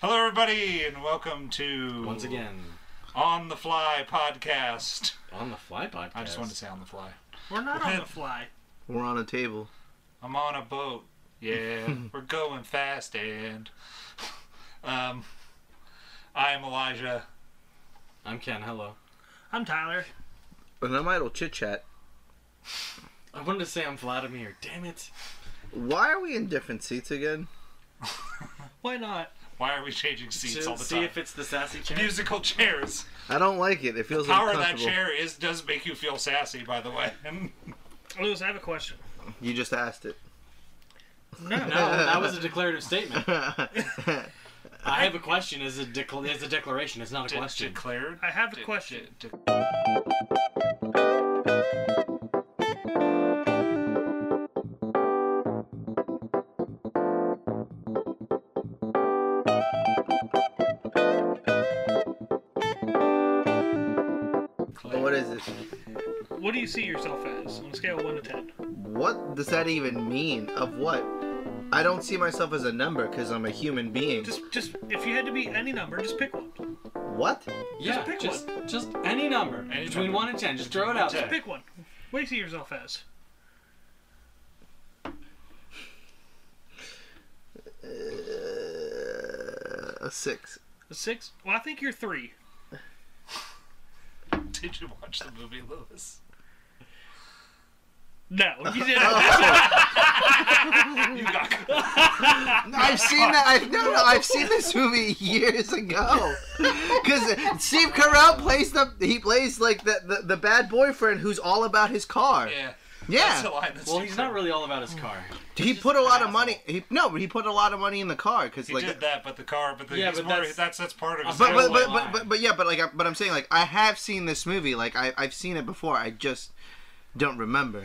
Hello, everybody, and welcome to Once again, On the Fly podcast. on the fly podcast. I just wanted to say On the Fly. We're not on the fly. We're on a table. I'm on a boat. Yeah, we're going fast, and um, I'm Elijah. I'm Ken. Hello. I'm Tyler. And I'm idle chit chat. I wanted to say I'm Vladimir. Damn it. Why are we in different seats again? Why not? Why are we changing seats To all the see time? if it's the sassy chair. Musical chairs. I don't like it. It feels Power of that uncomfortable. chair is does make you feel sassy, by the way. Lewis, I have a question. You just asked it. No. No, that was a declarative statement. I have a question. Is a decla- is a declaration. It's not a De- question. declared. I have a De- question. de- de- what is this? What do you see yourself as on a scale of 1 to 10? What does that even mean? Of what? I don't see myself as a number because I'm a human being. Just, just if you had to be any number, just pick one. what? Uh, yeah, pick just just any number Any between number. one and ten. Just throw it out Just there. Pick one. What do you see yourself as? Uh, a six. A six? Well, I think you're three. Did you watch the movie, Lewis? No, you didn't. You got I've seen that. I've no, no. I've seen this movie years ago. Because Steve Carell plays the he plays like the, the the bad boyfriend who's all about his car. yeah. Yeah. That's a line that's Well, he's not really all about his car. he put a lot of money. He, no, but he put a lot of money in the car because He like. did that, but the car, but the, Yeah, he's but more, that's, that's- that's part of his. But but, Totally but, lying. but but but yeah, but like I- but I'm saying like I have seen this movie. Like I I've seen it before. I just don't remember. you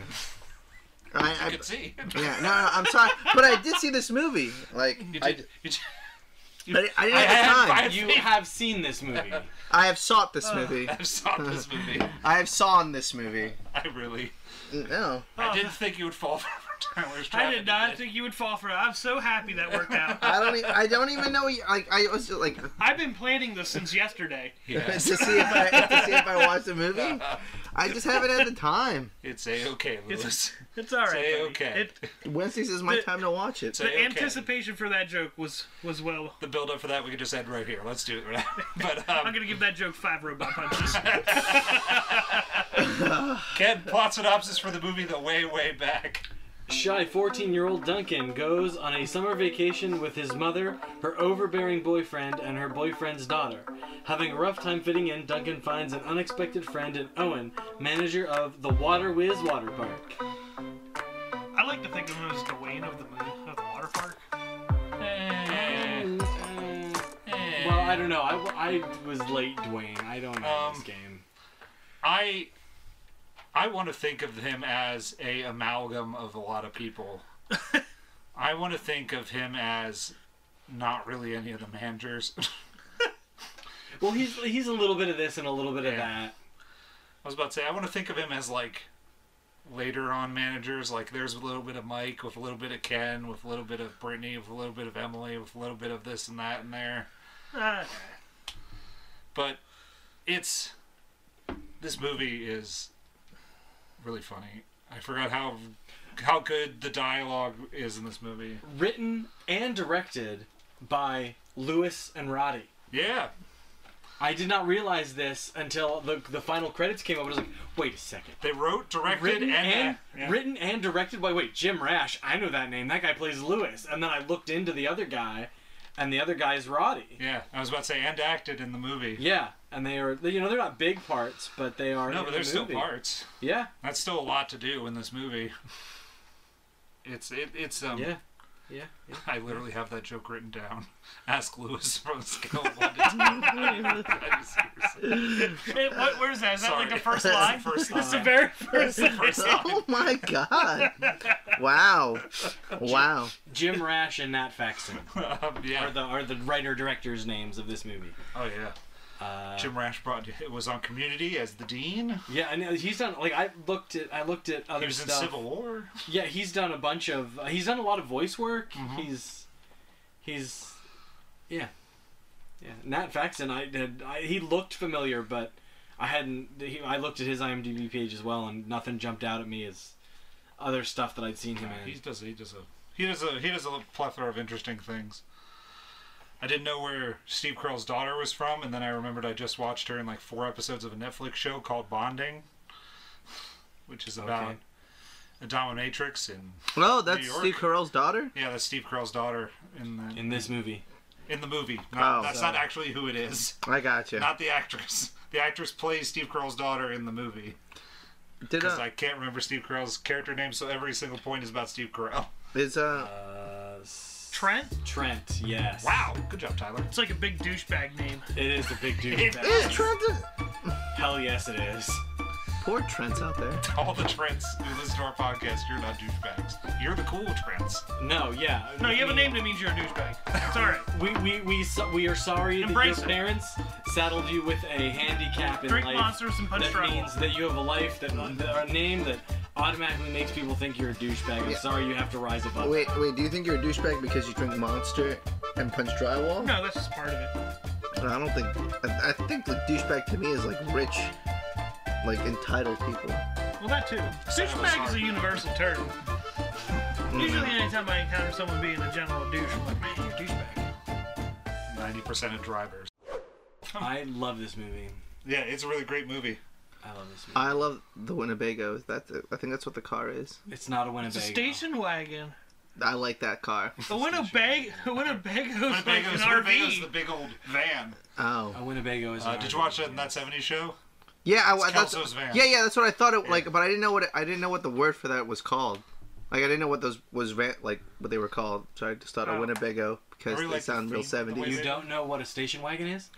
I, could see. I yeah no, no I'm sorry, but I did see this movie. Like You I, did- you did- I, I didn't I have had- the I time. had- You have seen this movie. I have sought Oh. this movie. I saw this movie. I have sawn this movie. I really. No. I didn't think you would fall for Tyler's trap. I did not think you would fall for it. I'm so happy that worked out. I don't. e- I don't even know. e- Like I was like I've been planning this since yesterday. to Yes, see if I to see if I watched the movie. I just haven't had the time. it's a okay, Lewis. It's all right. Say buddy. okay. It, Wednesdays is my The- time to watch it. the Say okay. anticipation for that joke was was well. The build up for that we could just end right here. Let's do it right. But I'm um, gonna give that joke five robot punches. Ken, plot synopsis for the movie The Way Way Back. Shy 14 year old Duncan goes on a summer vacation with his mother, her overbearing boyfriend, and her boyfriend's daughter. Having a rough time fitting in, Duncan finds an unexpected friend in Owen, manager of the Water Whiz Water Park. I like to think of him as Dwayne of the moon, of the water park. Eh, Mm, uh, Well, I don't know. I, w- I was late, Dwayne. I don't know Um, this game. I I want to think of him as a amalgam of a lot of people. I want to think of him as not really any of the managers. Well, he's he's a little bit of this and a little bit of Yeah. that. I was about to say I want to think of him as like later on managers. Like there's a little bit of Mike with a little bit of Ken with a little bit of Brittany with a little bit of Emily with a little bit of this and that in there. Uh, But it's this movie is really funny. I forgot how how good the dialogue is in this movie. Written and directed by Lewis and Roddy. Yeah, I did not realize this until the, the final credits came up. I was like, wait a second. they wrote, directed, Written and, and yeah. written and directed by wait Jim Rash. I know that name. That guy plays Lewis. And then I looked into the other guy, and the other guy is Roddy. yeah. I was about to say and acted in the movie. Yeah, and they are they- you know they're not big parts, but they are. No, in but the there's still movie. parts. Yeah, That's still a lot to do in this movie. It's it, it's um. yeah, yeah. yeah. I literally have that joke written down. Ask Lewis from scale of one to ten. That is seriously- it- what, where's that? Is that like Sorry. the first That's line? the first That's the line. very first line. First line. Oh my god! Wow, wow. Jim Rash and Nat Faxon Um, are yeah. the are the writer directors names of this movie. Oh yeah. Uh, Jim Rash brought it was on Community as the dean. yeah, and he's done like I looked at I looked at other He was in stuff. Civil War. Yeah, he's done a bunch of. Uh, he's done a lot of voice work. He's, he's, yeah. Yeah, Nat Faxon. I had I, he looked familiar, but I hadn't. He, I looked at his IMDb page as well, and nothing jumped out at me as other stuff that I'd seen him in. He does. He does a. He does a. He does a plethora of interesting things. I didn't know where Steve Carell's daughter was from, and then I remembered I just watched her in like four episodes of a Netflix show called Bonding, which is about Okay. a dominatrix, and Oh, that's New York. Steve Carell's daughter. yeah, that's Steve Carell's daughter in the in this movie. in the movie. Not, Oh. that's not actually who it is. I got you. Not the actress. The actress plays Steve Carell's daughter in the movie. Did Because uh, I can't remember Steve Carell's character name, so every single point is about Steve Carell. is uh, Uh, s- Trent? Trent. Yes. Wow, good job, Tyler. It's like a big douchebag name. It is the big dude. It that- is Trent? a- Hell yes, it is. Poor Trent's out there. All the Trents who listen to our podcast, you're not douchebags. You're the cool Trents. No, yeah. No, you have a I mean, name that means you're a douchebag. It's alright. We we we, so, we are sorry Embrace that it. your parents saddled you with a handicap in Drink life. monsters and punch that trouble. means that you have a life that a name that automatically makes people think you're a douchebag. I'm Yeah. sorry you have to rise above. Wait, wait. Do you think you're a douchebag because you drink Monster and punch drywall? No, that's just part of it. I don't think. I, I think like douchebag to me is like rich, like entitled people. Well, that too. Douchebag is a universal term. Usually, anytime I encounter someone being a general douche, I'm like, man, you're a douchebag. 90% of drivers. I love this movie. Yeah, it's a really great movie. I love this movie. I love the Winnebago. Is that the, I think that's what the car is. It's not a Winnebago. It's a station wagon. I like that car. A Winnebago, a Winnebago's like an Winnebago's, Winnebago's RV. the big old van. Oh. A Winnebago is. Uh, an did you RV. watch that in that 70s show? Yeah, I, I- that's Kelso's van. Yeah, yeah, that's what I thought it like, but I didn't know what it, I didn't know what the word for that was called. Like I didn't know what those was van, like what they were called. So I just thought Oh. a Winnebago I because really they like the sound real theme, the way seventies. You don't know what a station wagon is?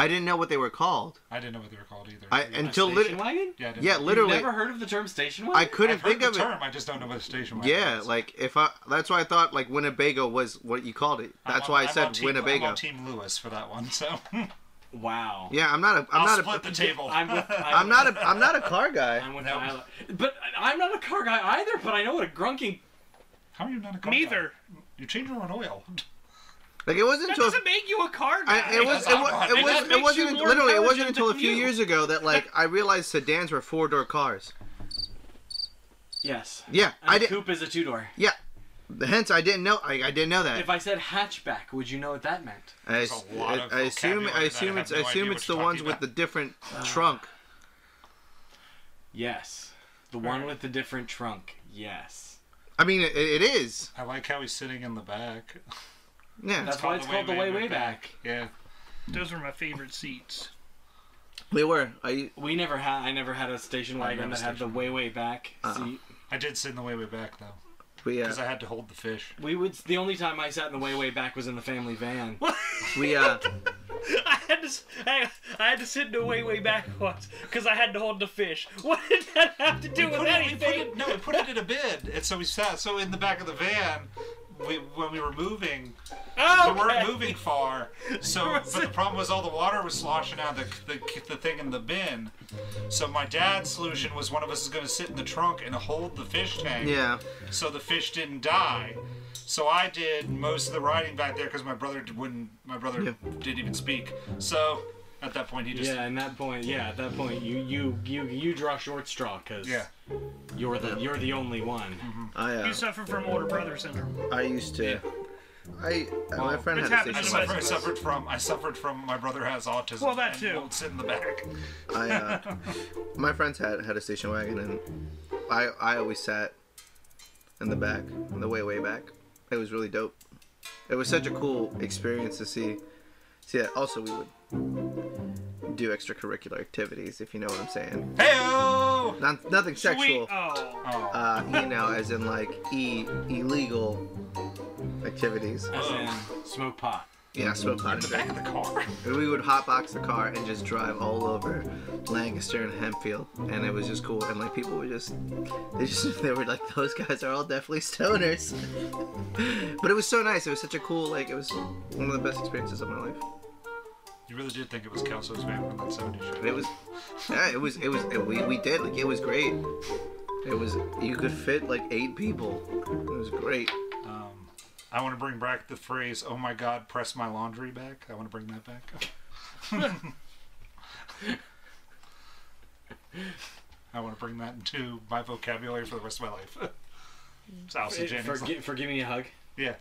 I didn't know what they were called. I didn't know what they were called either. I A until station lit- wagon? yeah, I didn't yeah, know. You've literally, never heard of the term station I wagon? couldn't I've heard think the of term, I just don't know what station it. wagon Yeah, is. like if I that's why I thought like Winnebago was what you called it. I'm That's on- why I I'm on said team, Winnebago. I'm on Team Lewis for that one, so wow. yeah, I'm not a I'm I'll not split a the table. I'm with. I'm, I'm not a I'm not a car guy. I'm with No. Tyler. But I- I'm not a car guy either. But I know what a grunking. How are you not a car Neither. guy? You changed your own oil. Like it wasn't That until doesn't make you a car guy. I, it was it, wa- It it just was makes it you wasn't more literally it wasn't intelligent until a than few you. years ago that like I realized sedans were four door cars. Yes. Yeah, And I a did. coupe is a two door. Yeah, hence I didn't know I, I didn't know that. If I said hatchback, would you know what that meant? I, There's a I- lot of I assume vocabulary I that assume I it's I have no idea assume what it's the you're ones talking with about. the different Uh, trunk. Yes. The one with the different trunk. Yes. I mean it, it is. I like how he's sitting in the back. Yeah. That's why it's called the way way back. Yeah. Those were my favorite seats. we were. I We never had. I never had a station wagon never that had the way way back seat. I did sit in the way way back though, we uh, because I had to hold the fish. We would. The only time I sat in the way way back was in the family van. we uh I had to, s- I, I had to sit in the way way back once because I had to hold the fish. What did that have to do with Put it, we put anything? it, no, we put it in a bid, and so we sat. So in the back of the van, we when we were moving, we Oh, weren't moving far. So, but the problem was all the water was sloshing out the the, the thing in the bin. So my dad's solution was one of us is going to sit in the trunk and hold the fish tank. yeah. so the fish didn't die. So I did most of the riding back there because my brother d- wouldn't. My brother Yeah. didn't even speak. So at that point, he just Yeah, and that point, yeah, at that point, you you you you draw short straw because Yeah. you're the you're the only one. I uh, You suffer from older brother syndrome. I used to. I uh, my Well, friend it's had a happened I to station my wagon. suffer- I suffered from. I suffered from. My brother has autism. Well, that and too. Won't sit in the back. I uh, my friends had had a station wagon and I I always sat in the back, in the way way back. It was really dope. It was such a cool experience to see. See that also we would do extracurricular activities if you know what I'm saying. Heyo! Not, nothing Sweet. sexual. Oh. Oh, Uh, you know, as in like e- illegal activities. As in, smoke pot. Yeah, smoke pot. in and the drink. back of the car. And we would hotbox the car and just drive all over Lancaster and Hempfield, and it was just cool. And like people were just, they just they were like, those guys are all definitely stoners. but it was so nice. It was such a cool like it was one of the best experiences of my life. You really did think it was Kelso's van from that 70s show. It was, yeah, it was it was it, we we did like it was great. It was you could fit like eight people. It was great. Um, I want to bring back the phrase, oh my God, press my laundry back. I want to bring that back. I want to bring that into my vocabulary for the rest of my life. Sausage and for, gi- for giving me a hug. Yeah.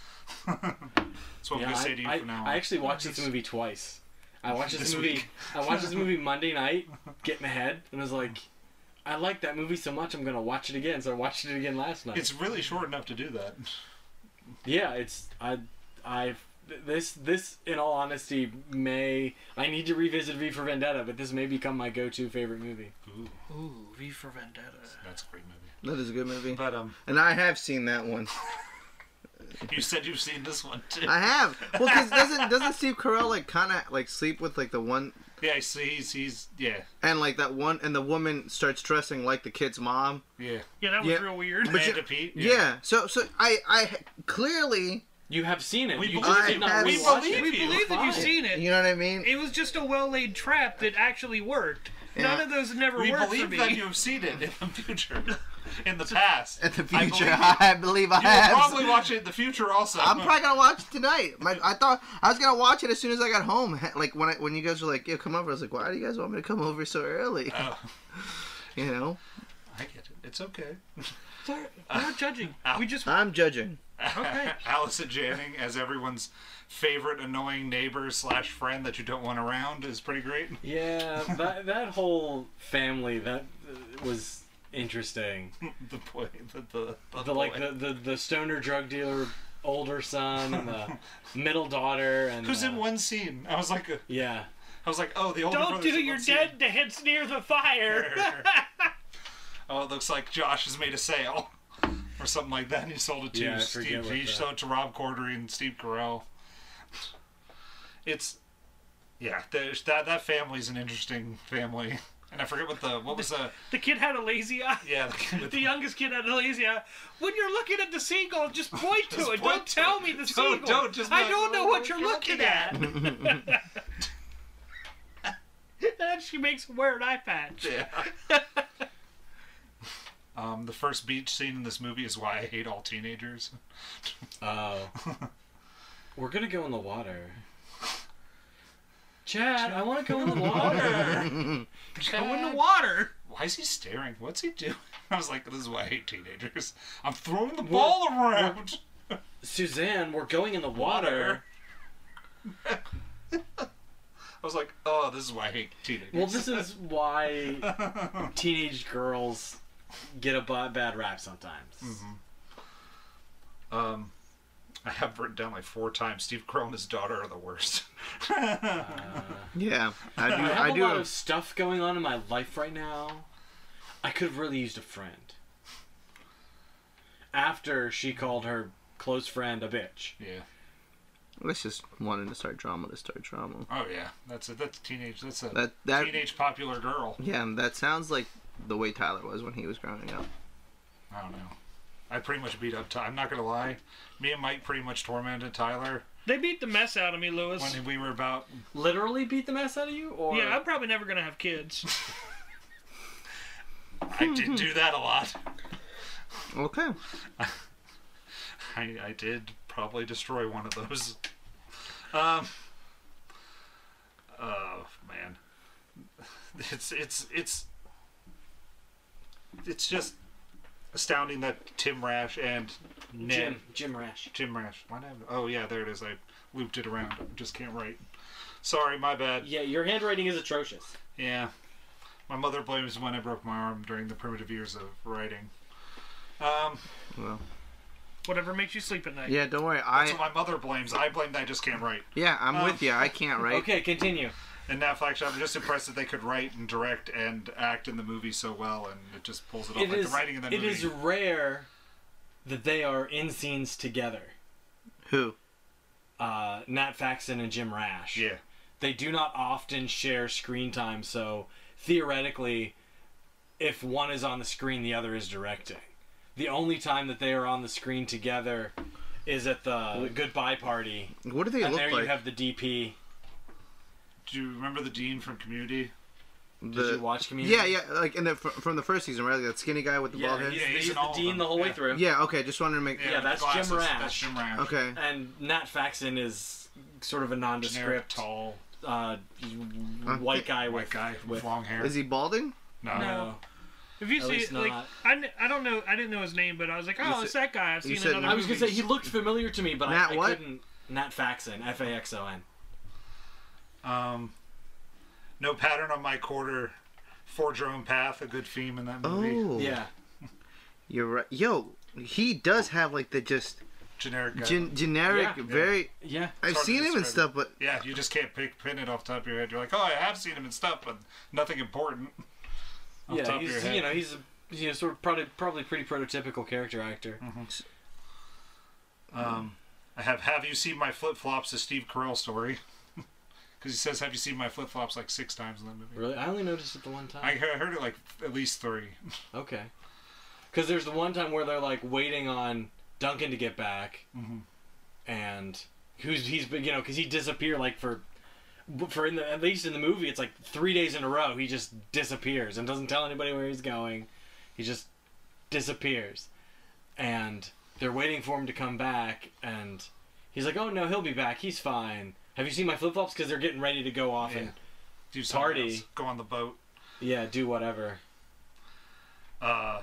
That's what Yeah, I'm going to I, say to you I- from now on. I actually watched this movie twice. I watched this, This movie. week. I watched this movie Monday night, getting ahead, and I was like, I like that movie so much, I'm gonna watch it again. So I watched it again last night. it's really short enough to do that. yeah, it's I, I this this in all honesty may I need to revisit V for Vendetta, but this may become my go-to favorite movie. Ooh, Ooh, V for Vendetta. that's a great movie. That is a good movie. But um, And I have seen that one. you said you've seen this one too. I have. Well, because doesn't doesn't Steve Carell like kind of like sleep with like the one Yeah, so he's he's yeah and like that one and the woman starts dressing like the kid's mom. yeah. Yeah, that was Yeah. real weird. But Amanda you- Pete. Yeah. So so I I clearly You have seen it. We you believe just did you. not We watch believe it. you. we It was believe that you've fine. seen it. you know what I mean. It was just a well laid trap that actually worked. None Yeah. of those never We worked for believe me. that you've seen it in the future, in the past, At the I future, believe I believe I, you have. will probably watch it in the future also. I'm probably gonna watch it tonight. My, I thought I was gonna watch it as soon as I got home. Ha- Like when I, when you guys were like, "Yo, come over," I was like, "Why do you guys want me to come over so early?" Oh. You know, I get it. It's okay. Sorry, we're not judging. We just I'm judging. Okay. Allison Janning as everyone's favorite annoying neighbor slash friend that you don't want around is pretty great. Yeah, that that whole family that uh, was interesting. the boy, the the, the, the like boy. the, the the stoner drug dealer older son and the middle daughter and Who's uh, in one scene? I was like, uh, yeah I was like, oh, the older don't brother's do in your one scene. dead dance near the fire. Oh, it looks like Josh has made a sale or something like that. And he sold it to Yeah, I forget Steve. what He the- sold it to Rob Corddry and Steve Carell. It's yeah, there's that that family's an interesting family. And I forget what the what was the the kid had a lazy eye. yeah the kid with The youngest kid had a lazy eye. When you're looking at the seagull, just point to point it. Don't to tell it. me the Don't- seagull. don't, just be I like, don't know "Oh, what you're looking at. and she makes him wear an eye patch. Yeah. um, the first beach scene in this movie is why I hate all teenagers. oh we're gonna go in the water chad i want to go in the water Go in the water. Why is he staring? What's he doing? I was like, this is why I hate teenagers. I'm throwing the ball Well, around. suzanne we're going in the water I was like, oh, this is why I hate teenagers. well this is why teenage girls get a ba- bad rap sometimes Mm-hmm. um, I have written down like four times. Steve Carell and his daughter are the worst. Yeah, I do. I have I, a do. lot of stuff going on in my life right now. I could have really used a friend. After she called her close friend a bitch. yeah. That's just wanting to start drama to start drama. Oh yeah. That's a that's teenage. That's a That that teenage popular girl. yeah, and that sounds like the way Tyler was when he was growing up. I don't know. I pretty much beat up. Ty- I'm not gonna lie. Me and Mike pretty much tormented Tyler They beat the mess out of me, Lewis. when we were about Literally beat the mess out of you? Or Yeah, I'm probably never gonna have kids. I did do that a lot. Okay. I, I did probably destroy one of those. Um. Oh man, it's it's it's it's just astounding that Tim Rash and Ned, Jim. Jim Rash. Jim Rash. Why did I have- oh yeah, there it is. I looped it around. Just can't write. Sorry, my bad. Yeah, your handwriting is atrocious. Yeah. My mother blames when I broke my arm during the primitive years of writing. Um, Well. Whatever makes you sleep at night. Yeah. Don't worry. so I my mother blames. I blame that I just can't write. yeah. I'm Um, with you. I can't write. Oh. Okay, continue. And now, actually, I'm just impressed that they could write and direct and act in the movie so well, and it just pulls it off. Oh, It like is, the writing in that it movie. is rare that they are in scenes together. Who? Uh, Nat Faxon and Jim Rash. yeah, they do not often share screen time, so theoretically, if one is on the screen, the other is directing. The only time that they are on the screen together is at the goodbye party, What do they and look there like? you have the DP. Do you remember the dean from Community? The, Did you watch Community? Yeah, yeah, like in the fr- from the first season, right? Like that skinny guy with the bald Yeah, head. he's, Yeah, he's he's in all the of dean them. the whole way Yeah. through. Yeah, okay. Just wanted to make. Yeah, with that's the Jim glasses. Rash. That's Jim Rash. Okay. And Nat Faxon is sort of a Generic nondescript tall uh, white guy white with guy with with long hair. Is he balding? no. No. If you At see, least like, not. I, kn- I don't know, I didn't know his name, but I was like, oh, said- it's that guy. I've you seen said- another. I I was gonna say he looked familiar to me, but Nat I, I what? couldn't. Nat Faxon, F A X O N. Um, no pattern on my quarter. Forge your own path. A good theme in that movie. Oh. Yeah, You're right. Yo, he does have like the just Generic guy. gen- generic, Yeah. very. yeah. I've hard to seen him and describe stuff, but yeah, you just can't pick pin it off the top of your head. You're like, oh, I have seen him and stuff, but nothing important. Off the yeah, top of your he's head. you know he's a, you know sort of probably probably pretty prototypical character actor. Mm-hmm. Um, I have Have You Seen My Flip Flops, a Steve Carell story. Because he says, Have you seen my flip flops like six times in that movie? Really, I only noticed it the one I time. he- I heard it like at least three. Okay, because there's the one time where they're like waiting on Duncan to get back, Mm-hmm. and who's he's been you know because he disappeared like for for in the at least in the movie it's like three days in a row he just disappears and doesn't tell anybody where he's going. He just disappears, and they're waiting for him to come back and. He's like, oh no, he'll be back. He's fine. Have you seen my flip flops? Because they're getting ready to go off and Do something Party. else. Go on the boat. Yeah, do whatever. Uh,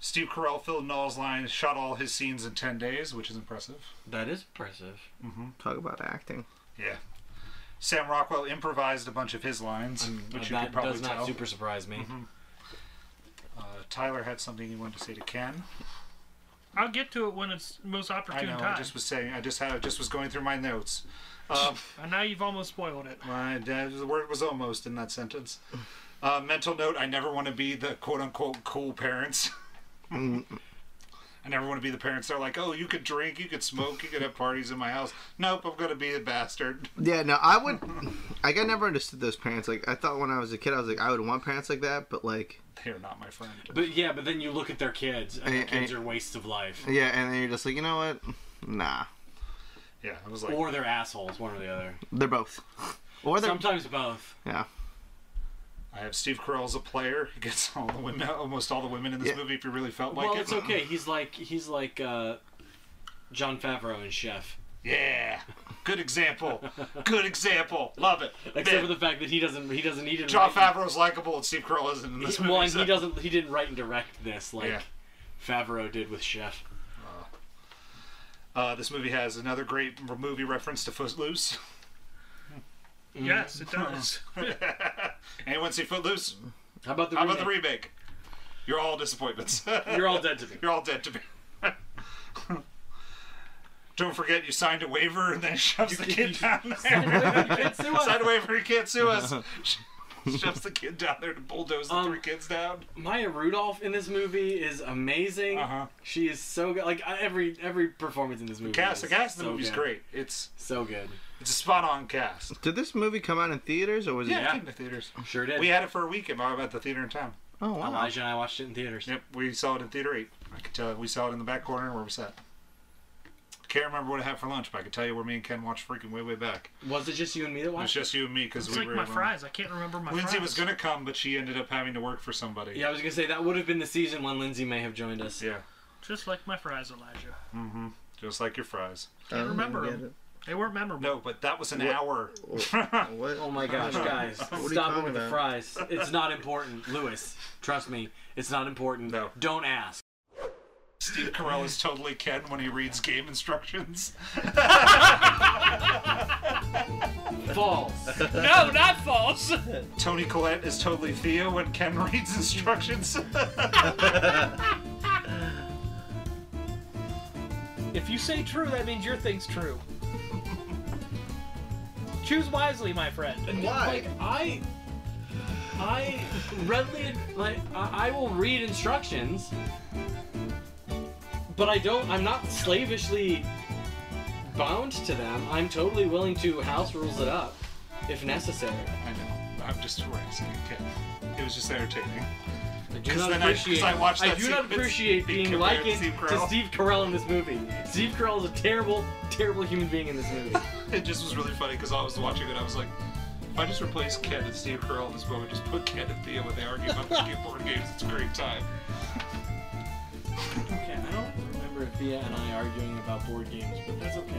Steve Carell filled Null's line, shot all his scenes in 10 days, which is impressive. That is impressive. talk about acting. Yeah. Sam Rockwell improvised a bunch of his lines, which you that could probably does not tell. Mm-hmm. super surprise me. uh, Tyler had something he wanted to say to Ken. I'll get to it when it's most I opportune know. time. I just was saying. I just had. I just was going through my notes. Um, And now you've almost spoiled it. my dad, the word was almost in that sentence. Uh, mental note: I never want to be the quote-unquote cool parents. I never want to be the parents that are like, "Oh, you could drink, you could smoke, you could have parties in my house." Nope, I'm gonna be a bastard. Yeah, no, I would. like, I never understood those parents. Like, I thought when I was a kid, I was like, I would want parents like that, but like, They are not my friend. But yeah, but then you look at their kids, and their And- and- kids are wastes of life, yeah, and then you're just like, you know what? Nah, Yeah, I was like, or they're assholes, one or the other. they're both. Or they're Sometimes both. yeah. I have Steve Carell as a player. He gets all the women, almost all the women in this Yeah. movie. If you really felt like uh, well, it, it's okay. He's like he's like uh, John Favreau and Chef, yeah, good example, good example. Love it. except for the fact that he doesn't he doesn't he didn't. John write- Favreau's likable and Steve Carell isn't in this he- movie. well, and so- he doesn't he didn't write and direct this like Yeah. Favreau did with Chef. Uh, this movie has another great r- movie reference to Footloose. Mm. Yes, it does. Anyone see Footloose? How about the How about the remake? remake? You're all disappointments. You're all dead to me. You're all dead to me. Don't forget you signed a waiver and then shoves the kid down there. It's uh, the one- signed a waiver, you can't sue us. shoves the kid down there to bulldoze the Um, three kids down. Maya Rudolph in this movie is amazing. Uh-huh. She is so good. Like I- every every performance in this movie. Cast, is the cast of the so movie's good. great. It's So good. it's a spot on cast. Did this movie come out in theaters or was Yeah, it? it came to theaters. Sure did. We had it for a week at about the theater in town. Oh wow. Elijah and I watched it in theaters. Yep, we saw it in theater eight. I could tell we saw it in the back corner where we sat. Can't remember what I had for lunch, but I could tell you where me and Ken watched freaking way way back. Was it just you and me that It was watched it? just you and me because It's we like were. um, my fries. I can't remember my Lindsay fries. was gonna come, but she ended up having to work for somebody. Yeah, I was gonna say that would have been the season when Lindsay may have joined us. Yeah, Just like my fries, Elijah. just like your fries. Oh, I don't remember get They weren't memorable. No, but that was an hour. it. What? Oh my gosh, guys, you stop it talking with the about? fries. It's not important, Lewis. Trust me, it's not important. No. Don't ask. Steve Carell is totally Ken when he reads game instructions. False. No, not false. Tony Collette is totally Theo when Ken reads instructions. if you say true, that means your thing's true. Choose wisely, my friend. Like I, I readily like I, I will read instructions, but I don't. I'm not slavishly bound to them. I'm totally willing to house rules it up if necessary. I know. I'm just harassing you, Ken. It was just entertaining. I do 'Cause not then I- 'cause appreciate. I watched that do not sequence appreciate being being compared to likened Steve to Carell. Steve Carell in this movie. Steve Carell is a terrible, terrible human being in this movie. It just was really funny because I was watching it. I was like, If I just replace Ken and Steve Carell in this moment, just put Ken and Theo when they argue about the new board games, it's a great time. Okay, I don't remember Thea and I arguing about board games, but that's okay.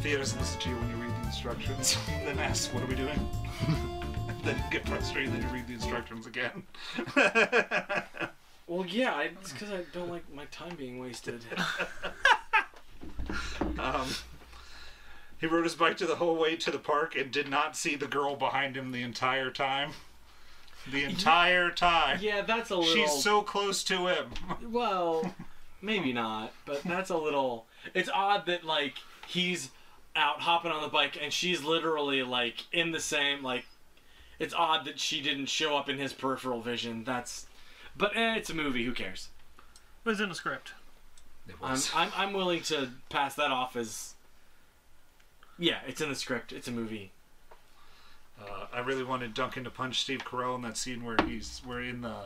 Theo doesn't listen to you when you read the instructions, and then asks, "What are we doing?" and then you get frustrated, then you read the instructions again. Well, yeah, I, it's because I don't like my time being wasted. um, he rode his bike to the whole way to the park and did not see the girl behind him the entire time. The entire time. yeah, that's a little. She's so close to him. Well, maybe not, but that's a little. It's odd that like he's out hopping on the bike and she's literally like in the same like. It's odd that she didn't show up in his peripheral vision. That's, but eh, it's a movie. Who cares? It was in the script. It I'm, was. I'm I'm willing to pass that off as. Yeah, it's in the script. It's a movie. Uh, I really wanted Duncan to punch Steve Carell in that scene where he's we're in the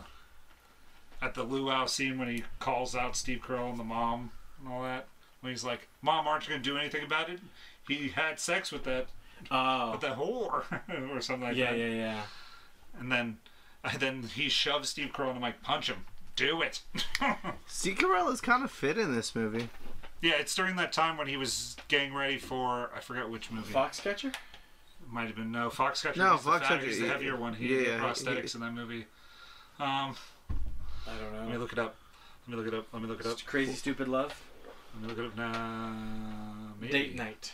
at the luau scene when he calls out Steve Carell and the mom and all that. When he's like, "Mom, aren't you gonna do anything about it? He had sex with that Oh. with that whore or something like Yeah, that." yeah, yeah. And then and then he shoves Steve Carell and I'm like, "Punch him, do it." Steve Carell is kind of fit in this movie. yeah, it's during that time when he was getting ready for I forget which movie. Foxcatcher. Might have been no Foxcatcher. No, he's the fat- Foxcatcher, He's the yeah, heavier one. He yeah, did yeah, prosthetics in that movie. Um. I don't know. Let me look it up. Let me look it up. Let me look it up. Crazy Stupid Love. Let me look it up now. Maybe. Date night.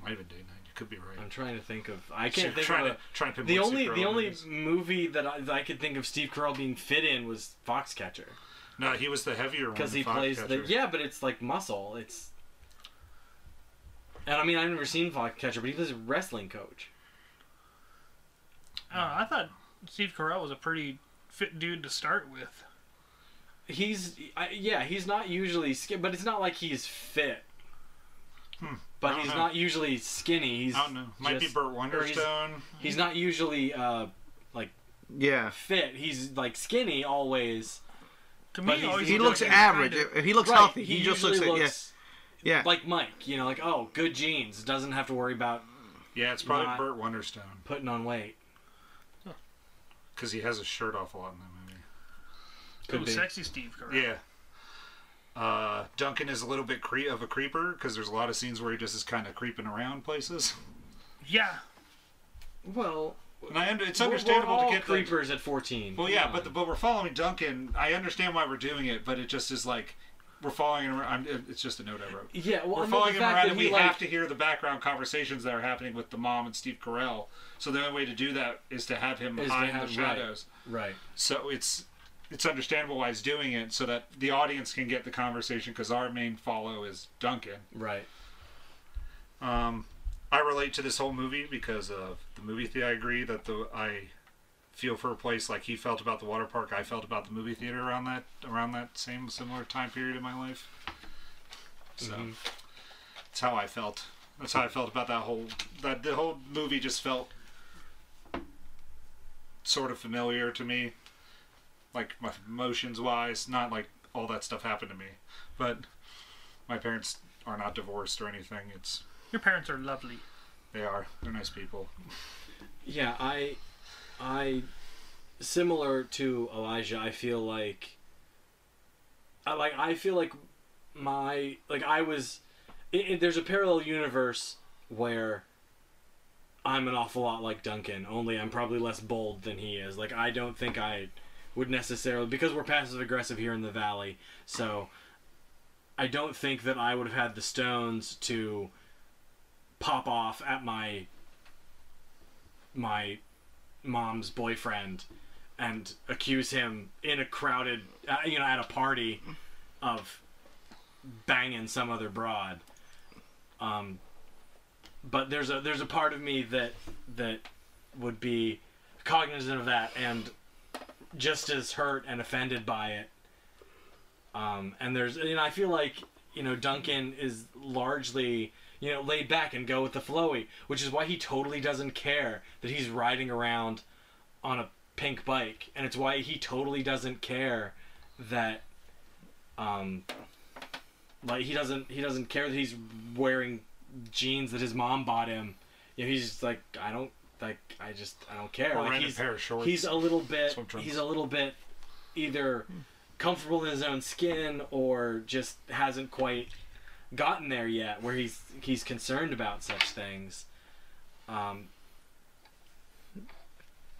Might have been date night. You could be right. I'm trying to think of. I can't So think trying of. A, to trying to pin the Lucy only Carell the only movies. movie that I, that I could think of Steve Carell being fit in was Foxcatcher No, he was the heavier one. because the he plays the Foxcatcher. yeah, but it's like muscle. It's and I mean I've never seen Foxcatcher, but he plays a wrestling coach. Uh, I don't know, I thought Steve Carell was a pretty fit dude to start with. He's I, yeah, he's not usually skin, but it's not like he's fit. Hmm. I But don't he's know. not usually skinny. He's I don't know. Might just- be Burt or he's- Wonderstone. He's not usually uh, Yeah. fit. He's like skinny always. To But me, he's- always He He's looks like average. kind of- If he looks Right, healthy, he, just looks usually like yeah, yeah. like Mike. You know, like oh, good genes. Doesn't have to worry about Yeah, it's probably Not- Burt Wonderstone putting on weight. because he has his shirt off a lot in that Could Ooh, be. sexy Steve Carell. movie. Yeah. Uh, Duncan is a little bit cre- of a creeper because there's a lot of scenes where he just is kind of creeping around places. Yeah. Well, And I under- it's we're- understandable we're all to get the- creepers at fourteen. Well, yeah, Come but the, on. but we're following Duncan. I understand why we're doing it, but it just is like we're following him. around- I'm, it's just a note I wrote. yeah, We're well, I mean, following the him fact around, that and he, we like, have to hear the background conversations that are happening with the mom and Steve Carell. So the only way to do that is to have him Is to hide in the have- right. shadows. right. So it's it's understandable why he's doing it, so that the audience can get the conversation. Because our main follow is Duncan. Right. Um, I relate to this whole movie because of the movie theater. I agree that the I feel for a place like he felt about the water park. I felt about the movie theater around that around that same similar time period in my life. So that's how I felt. That's how I felt about that whole that the whole movie just felt sort of familiar to me, like my emotions wise. Not like all that stuff happened to me, but my parents are not divorced or anything. It's Your parents are lovely. they are. They're nice people. Yeah, I, I, similar to Elijah, I feel like. I like. I feel like my like I was. It, it- there's a parallel universe where. I'm an awful lot like Duncan, only I'm probably less bold than he is. Like I don't think I would necessarily because we're passive aggressive here in the valley, so I don't think that I would have had the stones to pop off at my my mom's boyfriend and accuse him in a crowded, uh, you know, at a party of banging some other broad. Um, but there's a there's a part of me that that would be cognizant of that and just as hurt and offended by it. Um, and there's and I feel like you know Duncan is largely you know laid back and go with the flowy, which is why he totally doesn't care that he's riding around on a pink bike, and it's why he totally doesn't care that um like he doesn't he doesn't care that he's wearing jeans that his mom bought him. You know, he's just like I don't like I just I don't care. Or like, rent a he's, pair of shorts. He's a little bit. Swim trunks. He's a little bit either comfortable in his own skin or just hasn't quite gotten there yet, where he's he's concerned about such things. Um.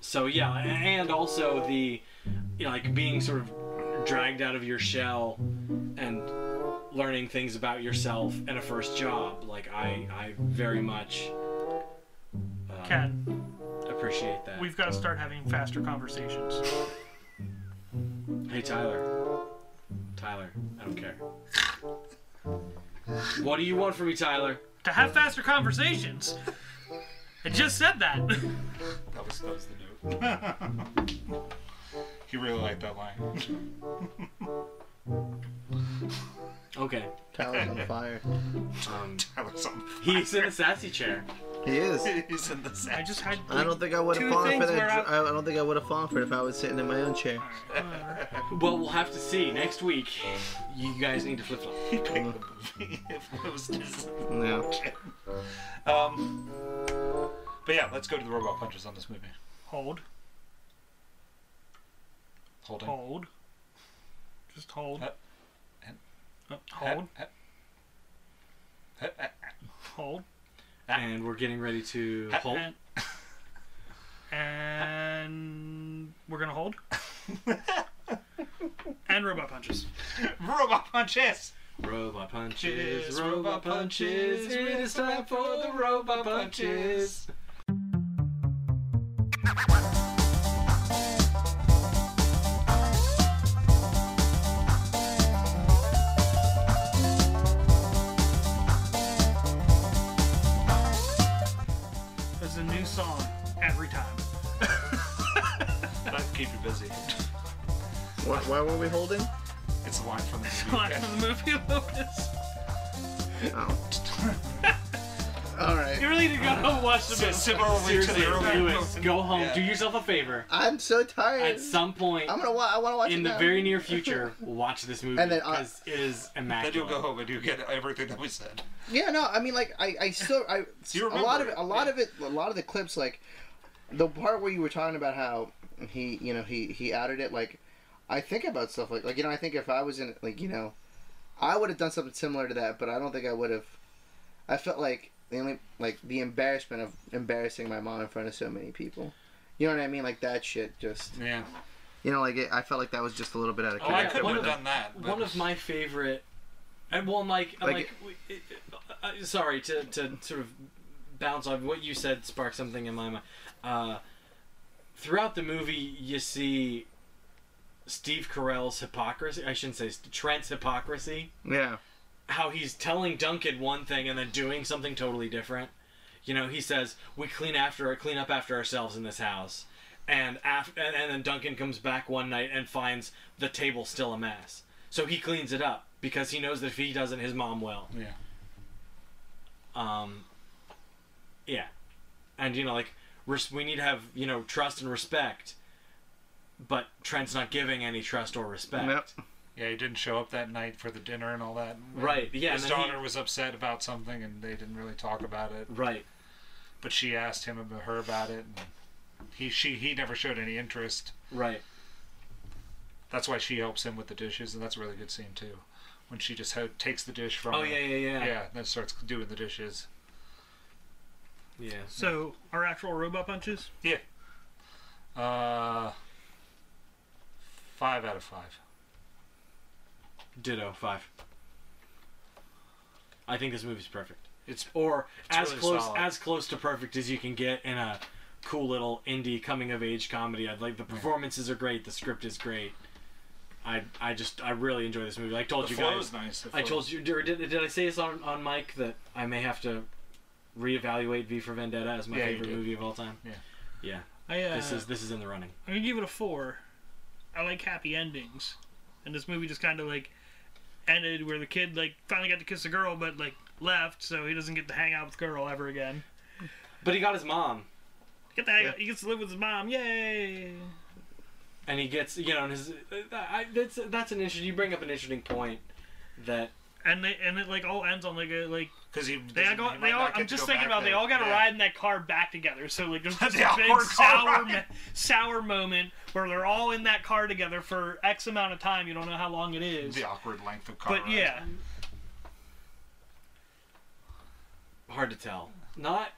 So yeah, a- and also the, you know, like being sort of dragged out of your shell and learning things about yourself in a first job. Like I, I very much um, Ken, appreciate that. we've got to start having faster conversations. Hey Tyler. Tyler, I don't care. What do you want from me, Tyler? to have faster conversations. I just said that. That was that was the note. he really liked that line. Okay. Tyler's on fire. Um, Tyler's on he's in a sassy chair. He is. fire. He's in the I sack. just had. I don't think I would Two have fallen things for that. where I- dr- I... I don't think I would have fallen for it if I was sitting in my own chair. Well, we'll have to see next week. You guys need to flip flop. He picked the movie. If it was just No. um. But yeah, let's go to the robot punches on this movie. Hold, Holding. hold. Just hold. Uh, and- Uh, hold, hold. And we're getting ready to hold. And, and we're gonna hold. and robot punches. Robot punches. Robot punches, robot punches. It is time for the robot punches. There's a new song every time. That'll keep you busy. Why, why were we holding? It's a line from the movie. Line from the movie Lotus. Oh. All right. You really need to go watch the So movie. similarly to Seriously, the do earlier it. Go home. Yeah. Do yourself a favor. I'm so tired. At some point, I'm gonna. Wa- I want to watch in it the now. very near future, watch this movie And then I- because it is Then immaculate. you'll go home and you get everything that we said. Yeah, no, I mean, like, I, I still, I, So you a lot of remember it, it, a lot of it, a lot of the clips, like, the part where you were talking about how he, you know, he, he outed it, like, I think about stuff like, like, you know, I think if I was in, like, you know, I would have done something similar to that, but I don't think I would have. I felt like the only, like, the embarrassment of embarrassing my mom in front of so many people. You know what I mean? Like that shit, just Yeah. you know, like it, I felt like that was just a little bit out of Oh, Oh, I yeah, could one have of- done that. but- One of my favorite, and one like, I'm like, Like- w- uh, uh, sorry to to sort of bounce off what you said sparked something in my mind. Uh, throughout the movie, you see Steve Carell's hypocrisy. I shouldn't say St- Trent's hypocrisy. yeah, how he's telling Duncan one thing and then doing something totally different. You know, he says we clean after clean up after ourselves in this house, and after and, and then Duncan comes back one night and finds the table still a mess. So he cleans it up because he knows that if he doesn't, his mom will. Yeah. Um, yeah, and you know, like res- we need to have you know trust and respect, but Trent's not giving any trust or respect. Nope. Yeah, he didn't show up that night for the dinner and all that. Right, yeah, His and then he- daughter was upset about something, and they didn't really talk about it. Right. But she asked him about her about it, and he she he never showed any interest. Right. That's why she helps him with the dishes, and that's a really good scene too, when she just ho- takes the dish from. Oh him. yeah, yeah, yeah. Yeah, and then starts doing the dishes. Yeah. So, our actual robot punches? Uh, five out of five. Ditto five. I think this movie's perfect, It's or It's as really close solid. as close to perfect as you can get in a cool little indie coming of age comedy. I'd like the performances are great, the script is great. I I just I really enjoy this movie. Like I told the you flow guys, is nice. the I flow- told you did, did did I say this on on mic that I may have to reevaluate V for Vendetta as my Yeah, you favorite did. movie of all time. Yeah. yeah. I, uh, This is this is in the running. I'm going to give it a four. I like happy endings. And this movie just kind of, like, ended where the kid, like, finally got to kiss a girl, but, like, left, so he doesn't get to hang out with the girl ever again. But he got his mom. Get the hang Yeah. He gets to live with his mom. Yay! and he gets you know and his I, that's that's an interesting you bring up an interesting point that And they, and it, like, all ends on, like, a, like, because he. They all, doesn't- go, he might they all not get I'm to just go back thinking about they there. all got to Yeah. ride in that car back together. So like there's just They a all big were sour car mo- sour moment where they're all in that car together for X amount of time. You don't know how long it is. The awkward length of car. But rides. yeah, Hard to tell. Not,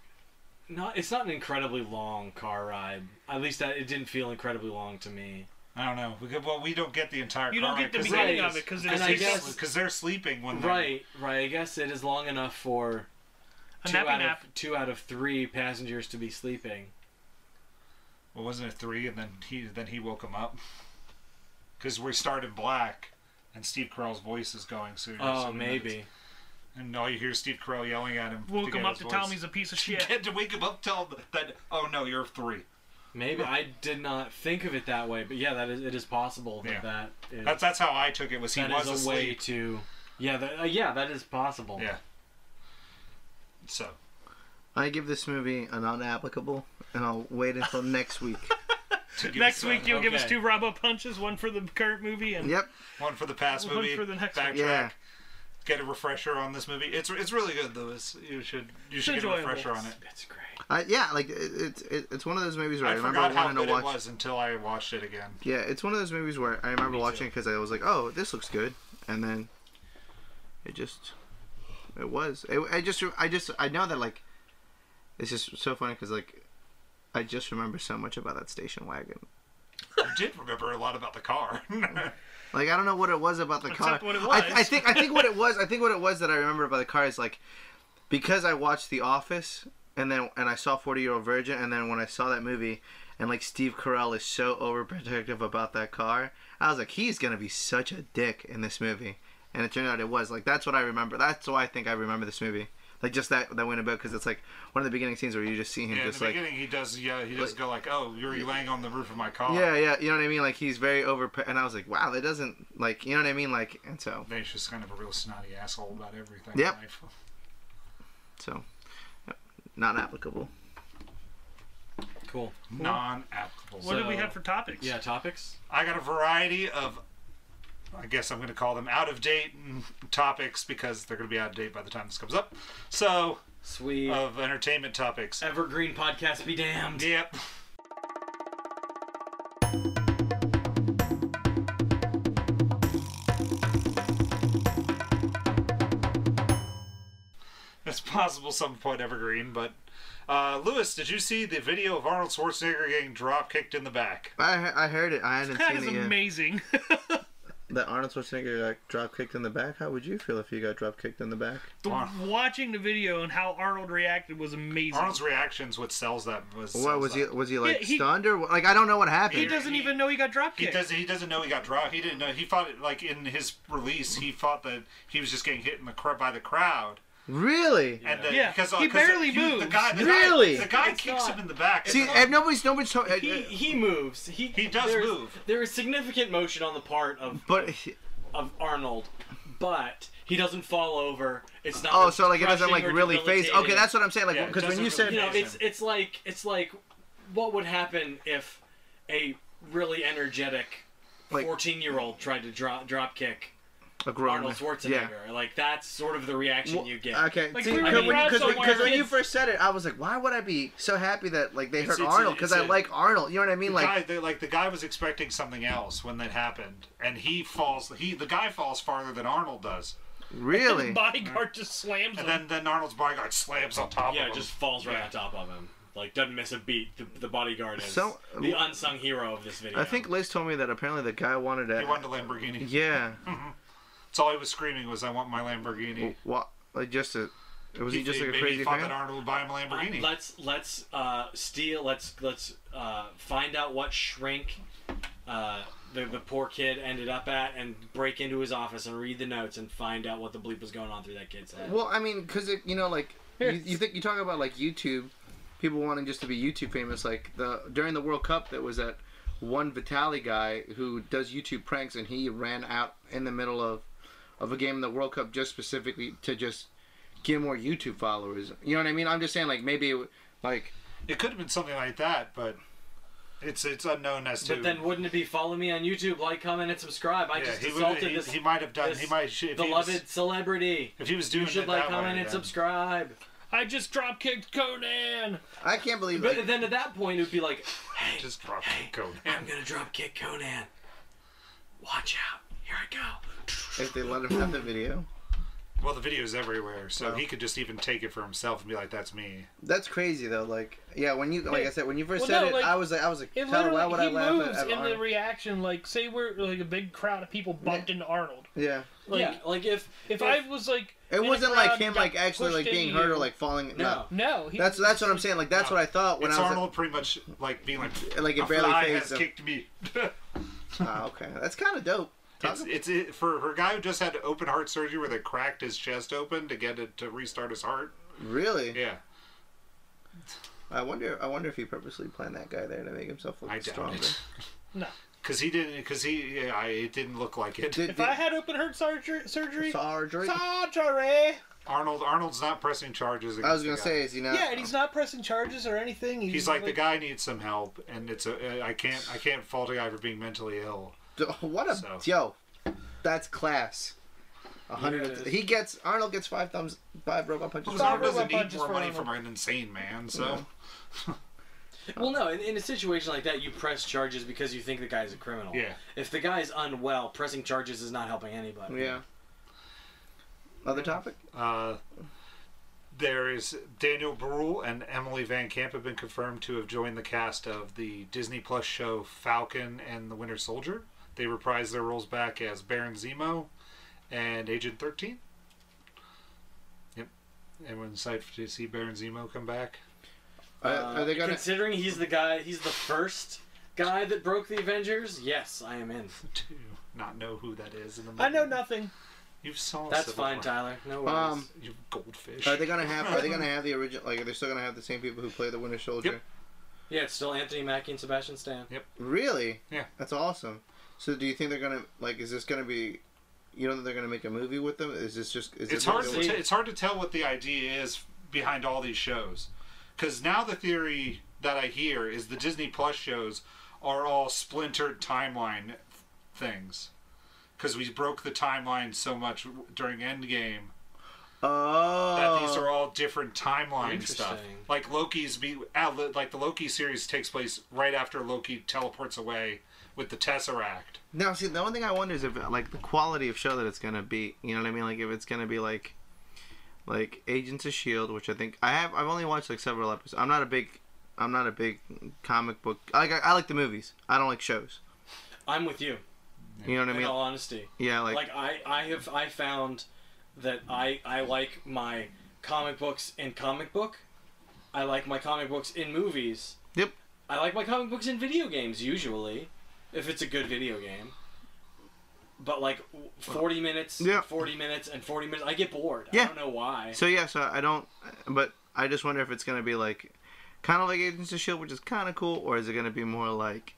not. It's not an incredibly long car ride. At least that it didn't feel incredibly long to me. I don't know. Because, well, we don't get the entire. you car don't get ride the 'cause beginning they- of it because And it's I guess- because they're sleeping when they're Right, right. I guess it is long enough for a two nappy out nap. of two out of three passengers to be sleeping. Well, wasn't it three? And then he then he woke him up. Because we start in black, and Steve Carell's voice is going. So you're Oh, assuming that it's- maybe. And all you hear is Steve Carell yelling at him. Woke get him up his to voice. tell him he's a piece of You shit. had to wake him up. Tell him that. Oh no, you're three. Maybe I did not think of it that way, but yeah, that is. It is possible that Yeah. that is. That's that's how I took it. Was he that was is a asleep? way to. Yeah, that, uh, yeah, that is possible. Yeah. So I give this movie an unapplicable, and I'll wait until next week. to give Next us, uh, week you'll give us Okay. two Robo punches, one for the current movie and Yep. one for the past One movie, for the next backtrack, one. Yeah. get a refresher on this movie. It's it's really good, Lewis. You should you should get a enjoyable. refresher on it. That's great. I, yeah. Like it, it's it, it's one of those movies where I, I remember forgot how wanting good to it watch. was until I watched it again. Yeah, it's one of those movies where I remember watching it because I was like, "Oh, this looks good," and then it just it was. It, I just I just I know that like it's just so funny because like I just remember so much about that station wagon. I did remember a lot about the car. Like I don't know what it was about the car. Except what it was. I, I think I think what it was I think what it was that I remember about the car is like because I watched The Office and then and I saw Forty Year Old Virgin and then when I saw that movie and like Steve Carell is so overprotective about that car, I was like he's gonna be such a dick in this movie, and it turned out it was like that's what I remember. That's why I think I remember this movie. Like just that that went about because it's like one of the beginning scenes where you just see him Yeah, in just the like beginning, he does. Yeah, he does go like, "Oh, you're laying on the roof of my car." yeah yeah you know what I mean like he's very over and I was like wow that doesn't like you know what I mean like and so And he's just kind of a real snotty asshole about everything. Yep. In life. So, yep, not applicable. Cool. Non-applicable. what did we So- have for topics? Yeah, topics. I got a variety of, I guess I'm going to call them out of date topics because they're going to be out of date by the time this comes up. So, Sweet. Oh. of entertainment topics. Evergreen podcast be damned. Yep. It's possible some point evergreen, but uh, Lewis, did you see the video of Arnold Schwarzenegger getting drop kicked in the back? I he- I heard it. I hadn't That seen is it yet. amazing. That Arnold Schwarzenegger got drop kicked in the back. How would you feel if you got drop kicked in the back? The- Wow. Watching the video and how Arnold reacted was amazing. Arnold's reactions, what sells that was What sells was that. he? Was he like Yeah, he- stunned or what- like I don't know what happened. he doesn't he- even know he got He dropkicked. does. He doesn't know he got dropped. He didn't know. He thought it like in his release. He thought that he was just getting hit in the cr- by the crowd. really? And then, Yeah. because uh, He 'cause barely you- The moves. guy, the Really? guy, the guy It's kicks not- him in the back. See, It's not- and nobody's nobody's talking. He, he moves. He He does there's- move. There is significant motion on the part of but he- of Arnold, but he doesn't fall over. It's not. oh, so like it doesn't crushing like or really face. debilitating. Okay, that's what I'm saying. Like Yeah, it because when doesn't you said you know. amazing. It's it's like it's like what would happen if a really energetic Like- fourteen year old tried to drop drop kick a grown Arnold man- Schwarzenegger. Like that's sort of the reaction Well, you get. Okay, Like, see, we were because in crowd when, somewhere, because when you kids- first said it, I was like, why would I be so happy that like they It's- hurt it's a- Arnold? Because it's I a- like Arnold. You know what I mean? Like guy, the, like the guy was expecting something else when that happened, and he falls. He the guy falls farther than Arnold does, really? His bodyguard just slams and him. then then Arnold's bodyguard slams on top Yeah, of him. just falls right Yeah. on top of him. Like doesn't miss a beat. The, the bodyguard is So- the unsung hero of this video. I think Liz told me that apparently the guy wanted to. he wanted Hmm. a Lamborghini. Yeah. That's all he was screaming was, "I want my Lamborghini." What? Like just a? Oh, Was he, just like a maybe crazy he thought fan? that Arnold would buy him a Lamborghini. Let's let's uh, steal. Let's let's uh, find out what shrink uh, the the poor kid ended up at, and break into his office and read the notes and find out what the bleep was going on through that kid's head. Well, I mean, because you know, like you, you think you talk about like YouTube, people wanting just to be YouTube famous. Like the during the World Cup, there was that one Vitali guy who does YouTube pranks, and he ran out in the middle of of a game in the World Cup just specifically to just get more YouTube followers. You know what I mean? I'm just saying, like maybe it, w- like It could have been something like that, but It's it's unknown as to. But then wouldn't it be follow me on YouTube, like, comment, and subscribe? I yeah, just he, would, assaulted he, this he might have done. this He might sh- if he was, beloved celebrity. if he was You doing should it like, that comment, way, and then- subscribe. I just drop kicked Conan. I can't believe But like, then at that point, it would be like, hey, Just drop the code. I'm gonna drop kick Conan. Watch out! Here I go. if they let him have the video. Well, the video's everywhere, so Wow. he could just even take it for himself and be like, "That's me." That's crazy though. Like yeah, when you like I said when you Well, first said no, it, like, I was like I was like, It "Tyler, why would literally I he laugh at, moves at in the Arnold?" reaction like say we're like a big crowd of people bumped into Arnold. Yeah, Like yeah, like if if I was like it in a wasn't like crowd him and got like actually pushed like being into hurt you- or like falling. no, no he, that's that's what I'm saying. Like that's No. what I thought when it's I was Arnold pretty much like being like, like, like "A it barely fly phased has him. kicked me." Ah, okay, that's kind of dope. Talk It's ab- it's it, for for a guy who just had open heart surgery where they cracked his chest open to get it to restart his heart. really? Yeah, I wonder. I wonder if he purposely planned that guy there to make himself look I doubt stronger. it. No. because he didn't. Because he, yeah, I, it didn't look like it. Did, if I had open heart surgery surgery did, surgery? surgery Arnold Arnold's not pressing charges. Against I was the gonna guy. say, is he not? yeah and he's not pressing charges or anything He's like the guy needs some help, and it's a uh, I can't I can't fault a guy for being mentally ill. What a So. yo, that's class. A hundred. Yes. of He gets Arnold gets five thumbs, five robot punches. Because Arnold Robert doesn't need Punches more for money Arnold. from an insane man, so Well, no, in, in a situation like that, you press charges because you think the guy's a criminal. Yeah. If the guy's unwell, pressing charges is not helping anybody. Yeah. Other topic. uh, there is Daniel Brühl and Emily Van Camp have been confirmed to have joined the cast of the Disney Plus show Falcon and the Winter Soldier. They reprise their roles back as Baron Zemo and Agent Thirteen. Yep, everyone excited to see Baron Zemo come back. Are- Uh, are they gonna? Considering he's the guy, he's the first guy that broke the Avengers. Yes, I am in. To not know who that is in the movie. I know nothing You saw That's Civil fine, War. Tyler. No worries. Um, You goldfish. are they gonna have? Are they gonna have the original? Like, are they still gonna have the same people who play the Winter Soldier? Yep. yeah, it's still Anthony Mackie and Sebastian Stan. Really? Yeah. That's awesome. So, do you think they're gonna like? Is this gonna be? You don't think they're gonna make a movie with them? Is this just? it's Is this hard. like To a- t- it's hard to tell what the idea is behind all these shows, because now the theory that I hear is the Disney Plus shows are all splintered timeline things, because we broke the timeline so much w- during Endgame that these oh. are all different timeline stuff. Interesting. Like Loki's be ah, lo- like the Loki series takes place right after Loki teleports away with the Tesseract. Now, see, the only thing I wonder is if like the quality of show that it's gonna be. You know what I mean? Like if it's gonna be like, like Agents of Shield, which I think I have. I've only watched like several episodes. I'm not a big. I'm not a big comic book. I like. I, I like the movies. I don't like shows. I'm with you. You know what I in mean? all honesty, Yeah, like, like I, I have, I found that I, I like my comic books in comic book. I like my comic books in movies. Yep. I like my comic books in video games usually, if it's a good video game. But like w- forty minutes, Yeah. forty minutes, and forty minutes, I get bored. I Yeah. don't know why. So yeah, so I don't, but I just wonder if it's gonna be like, kind of like Agents of Shield, E which is kind of cool, or is it gonna be more like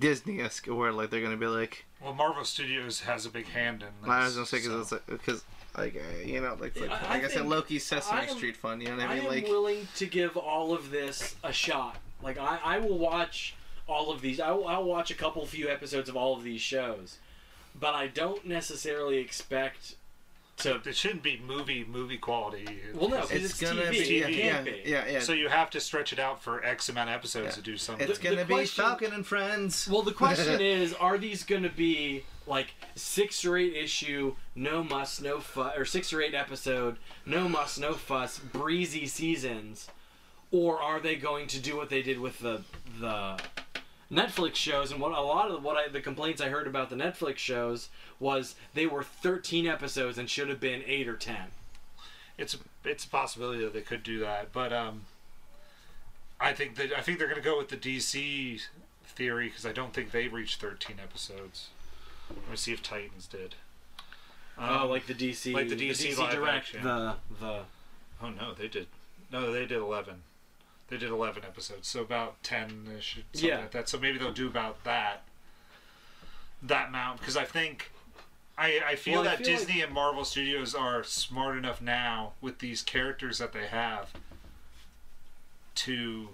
Disney-esque, where like they're gonna be like, Well, Marvel Studios has a big hand in this. I was gonna say because so- it's like, because like uh, you know, like like, I- I like I, said, think- Loki's Sesame I am- Street fun. You know what I I am mean? Like willing to give all of this a shot. Like I, I will watch all of these. I will, I'll watch a couple few episodes of all of these shows, but I don't necessarily expect to. it shouldn't be movie movie quality. Well, no, because it's, it's, gonna TV. be yeah it yeah, can't be. yeah yeah. So you have to stretch it out for X amount of episodes to do something. it's the gonna be question- Falcon and Friends. Well, the question is, are these going to be like six or eight issue, no muss, no fuss, or six or eight episode, no muss, no fuss, breezy seasons, or are they going to do what they did with the the Netflix shows? And what a lot of what I, the complaints I heard about the Netflix shows was they were thirteen episodes and should have been eight or ten. it's it's a possibility that they could do that, but um, I think that I think they're gonna go with the DC theory because I don't think they reached 13 episodes. Let me see if Titans did. oh, like the DC, like the DC live action. the the Oh no, they did. No, they did 11. They did 11 episodes, so about 10 ish, something Yeah. like that. So maybe they'll do about that that amount because I think I I feel Well, that I feel Disney and Marvel Studios are smart enough now with these characters that they have to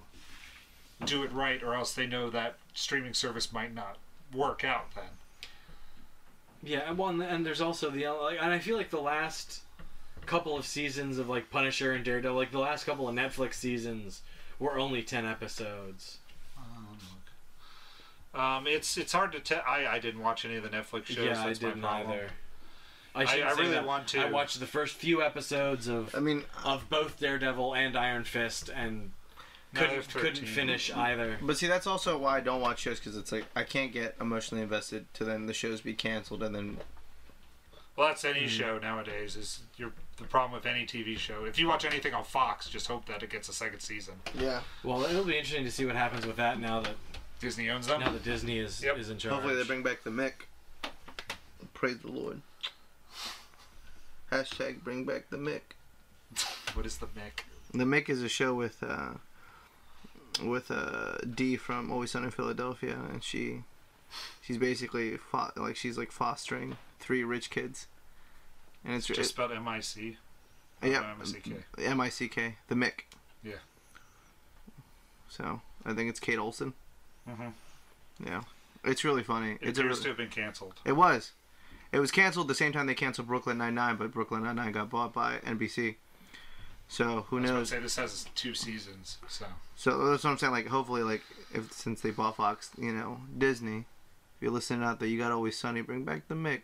do it right, or else they know that streaming service might not work out then. Yeah, and well, and- and there's also the ele- like, and I feel like the last couple of seasons of like Punisher and Daredevil, like the last couple of Netflix seasons, were only ten episodes. Um, it's it's hard to tell. I, I didn't watch any of the Netflix shows. yeah, I That's my didn't problem. either. I, shouldn't I say really that. want to. I watched the first few episodes of I mean, of both Daredevil and Iron Fist, and Now couldn't they're couldn't 13. finish either. but see, that's also why I don't watch shows because it's like I can't get emotionally invested to then the shows be canceled and then Well, that's any show nowadays. Is your the problem with any TV show? If you watch anything on Fox, just hope that it gets a second season. yeah. Well, it'll be interesting to see what happens with that now that Disney owns them. now that Disney is Yep. is in charge. Hopefully they bring back the Mick. Praise the Lord. Hashtag bring back the Mick. What is the Mick? The Mick is a show with uh, with uh, Dee from Always Sunny in Philadelphia, and she she's basically fo- like she's like fostering three rich kids, and it's Just spelled M I C. it, yeah M I C K. M I C K the Mick. Yeah. So I think it's Kate Olsen. Mhm. Yeah, it's really funny. It it's a appears really, to have been canceled. It was. It was canceled the same time they canceled Brooklyn Nine Nine, but Brooklyn Nine Nine got bought by NBC. So who I was going to knows? say this has two seasons, so So that's what I'm saying. Like hopefully, like if since they bought Fox, you know Disney. If you're listening out there, you got always sunny. Bring back the Mick.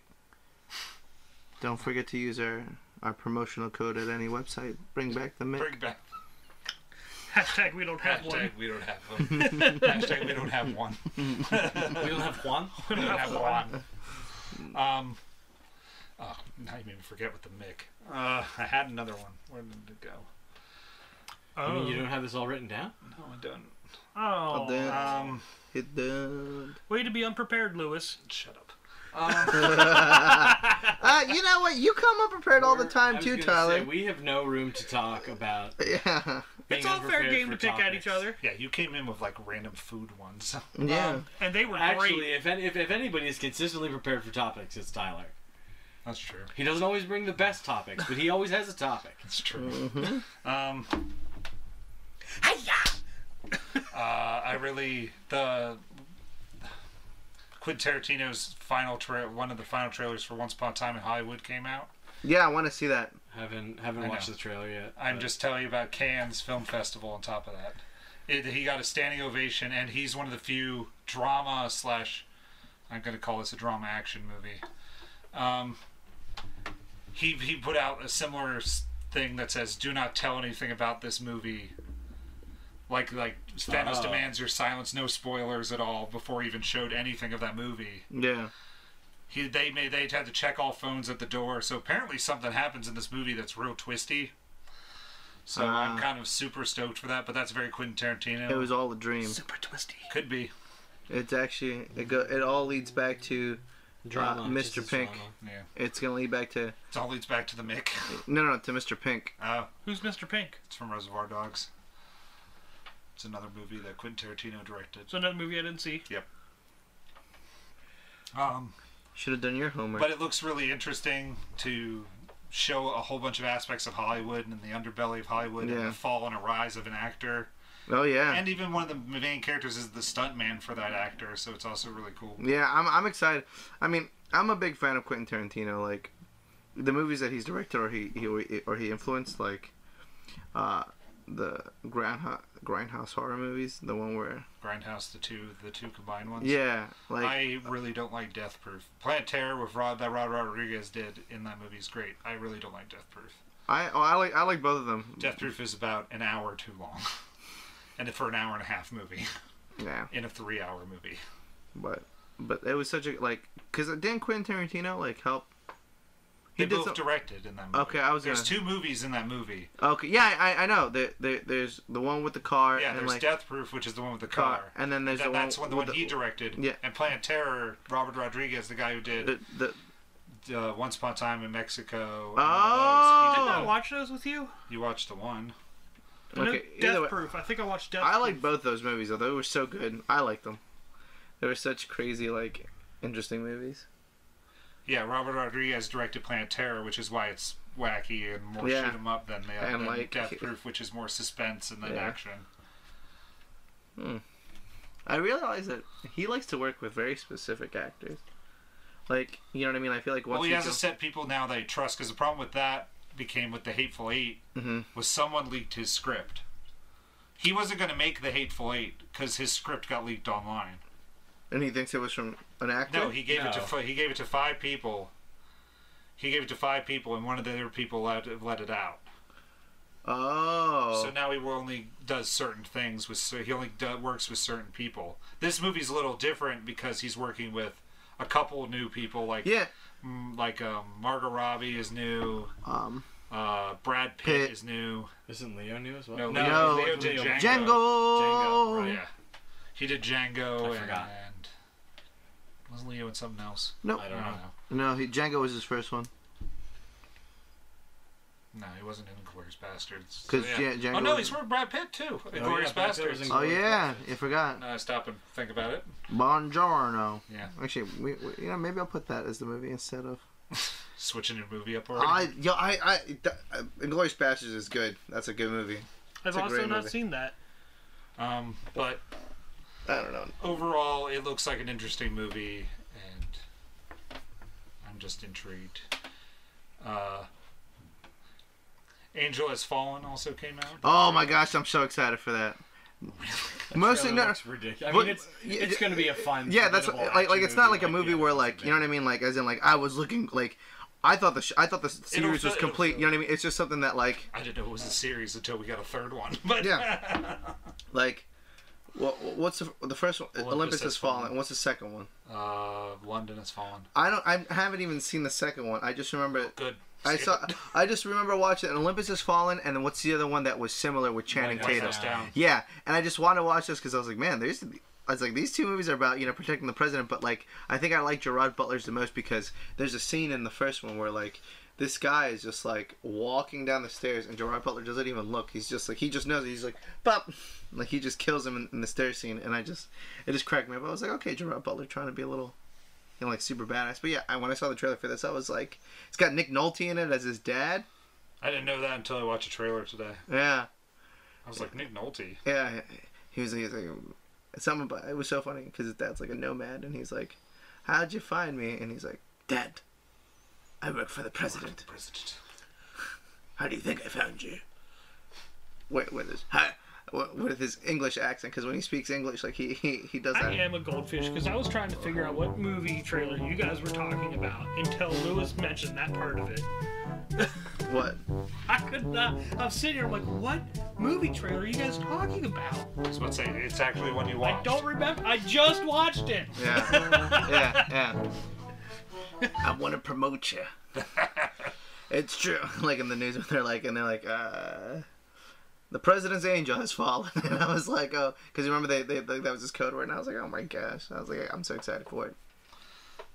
Don't forget to use our our promotional code at any website. Bring back the Mick. bring back Hashtag we don't have one. hashtag. We don't have them. hashtag. We don't have one. we don't have Juan. We don't have one. Um. Oh, now you made me forget with the Mick. Uh, I had another one. Where did it go? I mean, Oh. you don't have this all written down. No, I don't. Oh. Then Um. hit the. Way to be unprepared, Lewis. Shut up. Uh, you know what? You come unprepared all the I time was too, gonna Tyler. say, we have no room to talk about. Yeah. being it's all fair unprepared game for to pick at topics. each other. Yeah, you came in with like random food ones. Yeah. Um, and they were Actually, great. if, any, if if anybody is consistently prepared for topics, it's Tyler. That's true. He doesn't always bring the best topics, but he always has a topic. That's true. Um, uh, I really the Quentin Tarantino's final tra- one of the final trailers for Once Upon a Time in Hollywood came out. Yeah, I want to see that. Haven't haven't I watched know. the trailer yet. I'm but- just telling you about Cannes Film Festival. On top of that, it, he got a standing ovation, and he's one of the few drama slash I'm going to call this a drama action movie. Um, he he put out a similar s- thing that says, "Do not tell anything about this movie." Like like Thanos Uh-huh. demands your silence, no spoilers at all before he even showed anything of that movie Yeah. he they made they had to check all phones at the door. So apparently something happens in this movie that's real twisty. So I'm Ah. kind of super stoked for that. But that's very Quentin Tarantino. It was all a dream. Super twisty. could be. It's actually it go. It all leads back to drama. uh, just Mr. as Pink. drama. Yeah, It's gonna lead back to it all leads back to the Mick. no, no, to Mr. Pink. Oh, Who's Mr. Pink? it's from Reservoir Dogs. It's another movie that Quentin Tarantino directed. It's another movie I didn't see. Um, Should have done your homework. but it looks really interesting to show a whole bunch of aspects of Hollywood and the underbelly of Hollywood and Yeah. the fall and a rise of an actor. oh yeah. And even one of the main characters is the stuntman for that actor, so it's also really cool. Yeah, I'm, I'm excited. I mean, I'm a big fan of Quentin Tarantino. Like, the movies that he's directed or he, he or he influenced, like, uh, the Grindhouse, Grindhouse horror movies, the one where Grindhouse, the two, the two combined ones. yeah, like I really don't like Death Proof. Planet Terror with Rod that Rod Rodriguez did in that movie is great. I really don't like Death Proof. I oh, I like I like both of them. Death Proof is about an hour too long, and for an hour and a half movie Yeah, in a three-hour movie. but but it was such a like because didn't Quentin Tarantino like help? He They did both some- directed in that movie. Okay, I was There's gonna. two movies in that movie. Okay, yeah, I I know. There, there there's the one with the car Yeah, and there's like Death Proof, which is the one with the car, car. and then there's That- the that's one one the with one he directed. Yeah. And Planet Terror, Robert Rodriguez, the guy who did the, the uh, Once Upon a Time in Mexico. And Oh! all those. He Didn't did I that. watch those with you? You watched the one. I know Okay, either way- Death Proof. I think I watched Death I Proof. like both those movies though. They were so good. I liked them. They were such crazy, like, interesting movies. Yeah, Robert Rodriguez directed Planet Terror, which is why it's wacky and more shoot Yeah. 'em up than the And, than like, Death Proof, which is more suspense and then Yeah. action. I realize that he likes to work with very specific actors. Like, you know what I mean? I feel like once Well, he you has go- a set people now that he trusts because the problem with that became with the Hateful 8 Mm-hmm. was someone leaked his script. He wasn't going to make the Hateful Eight because his script got leaked online. and he thinks it was from an actor. No, he gave it to No. fi- he gave it to five people. He gave it to five people, and one of the other people let let it out. Oh, So now he will only does certain things with so he only do, works with certain people. This movie's a little different because he's working with a couple of new people like yeah. mm, like um, Margot Robbie is new, Um, uh, Brad Pitt Pitt. is new. Isn't Leo new as well? No, No, Leo, Leo it's did Leo. Django. Django. Django, right. Yeah, he did Django I and, forgot. was Leo and something else. No, I I don't don't know. know. no, he, Django was his first one. No, he wasn't in Glorious Bastards. 'Cause So, Jan- Django oh no, was- he's with Brad Pitt too. In Oh, yeah, Glorious Brad Pitt was Bastards. in Oh Glorious yeah, Bastards. I forgot. No, stop and think about it. Buongiorno. Yeah, Actually, we, we, you know, maybe I'll put that as the movie instead of. switching your movie up already. I, yo, I, I, th- Inglorious Bastards is good. That's a good movie. I've a also great not movie. seen that. Um, but I don't know. overall, it looks like an interesting movie, and I'm just intrigued. Uh, Angel Has Fallen also came out. Oh my gosh, I'm so excited for that. Mostly, Trailer no, looks ridiculous. I But- mean, it's yeah, it's going to be a fun. yeah, that's forgettable like, like action it's not movie, like a movie yeah, where it's like you know what I amazing. mean, like as in like I was looking like I thought the sh- I thought the s- It'll series was fit- it'll complete. fit. You know what I mean? It's just something that like I didn't know it was a series until we got a third one. But Yeah. like what what's the, the first one? Olympus, Olympus Has has fallen. Fallen. What's the second one? uh, London Has Fallen. I don't. I haven't even seen the second one. I just remember. Good. I saw. I just remember watching it, Olympus Has Fallen, and then what's the other one that was similar with Channing White Tatum? House Down. Yeah, and I just want to watch this because I was like, man, there's. I was like, these two movies are about you know protecting the president, but like I think I like Gerard Butler's the most because there's a scene in the first one where like this guy is just like walking down the stairs and Gerard Butler doesn't even look. He's just like he just knows. He's like, pop, like he just kills him in, in the stair scene, and I just it just cracked me up. I was like, okay, Gerard Butler trying to be a little. You know, like super badass, but yeah. I, when I saw the trailer for this, I was like, "It's got Nick Nolte in it as his dad." I didn't know that until I watched a trailer today. Yeah, I was like, Nick Nolte. Yeah, he was, he was like, something about it was so funny because his dad's like a nomad, and he's like, "How'd you find me?" And he's like, "Dad, I work for the president. President. How do you think I found you?" Wait, with his hi, wi- with his English accent, because when he speaks English, like he he, he does I that. am a goldfish because I was trying to figure out what movie trailer you guys were talking about until Lewis mentioned that part of it. What? I could not. I'm sitting here, I'm like, what movie trailer are you guys talking about? I was about to say, it's actually one you I watched. don't remember. I just watched it. Yeah, yeah, yeah. I want to promote you. It's true. Like in the news, they're like, and they're like, uh, the president's angel has fallen. And I was like, oh, because remember they, they, they that was his code word, and I was like, oh my gosh, I was like, I'm so excited for it.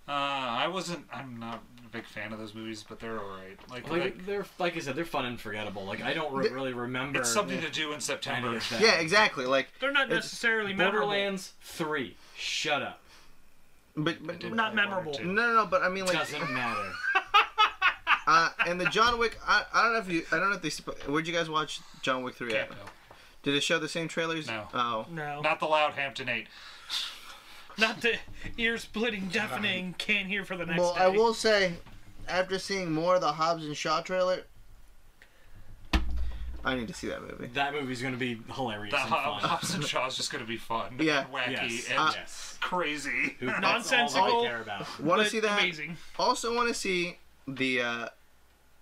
Uh, I wasn't. I'm not a big fan of those movies, but they're alright. Like, like, Like, they're like I said, they're fun and forgettable. Like I don't re- really remember. it's something to do in any September. of that. Yeah, exactly. Like, They're not It's- necessarily memorable. Borderlands Three. Shut up. but, but no, Not memorable. no, no. But I mean, like, Doesn't matter. uh, and the John Wick. I, I don't know if you. I don't know if they. sp- Where'd you guys watch John Wick three at? Camp. Did it show the same trailers? No. Oh. No. Not the loud Hampton Eight. Not the ear splitting, Uh-huh. deafening, can't hear for the next Well, day. I will say, after seeing more of the Hobbs and Shaw trailer, I need to see that movie. That movie's going to be hilarious. The and Ho- fun. Hobbs and Shaw's just gonna be fun. Yeah. Uh, Wacky Yes. and yes. crazy. Who, That's Nonsensical. all I care about. Want to But see that? Amazing. Also, want to see the uh,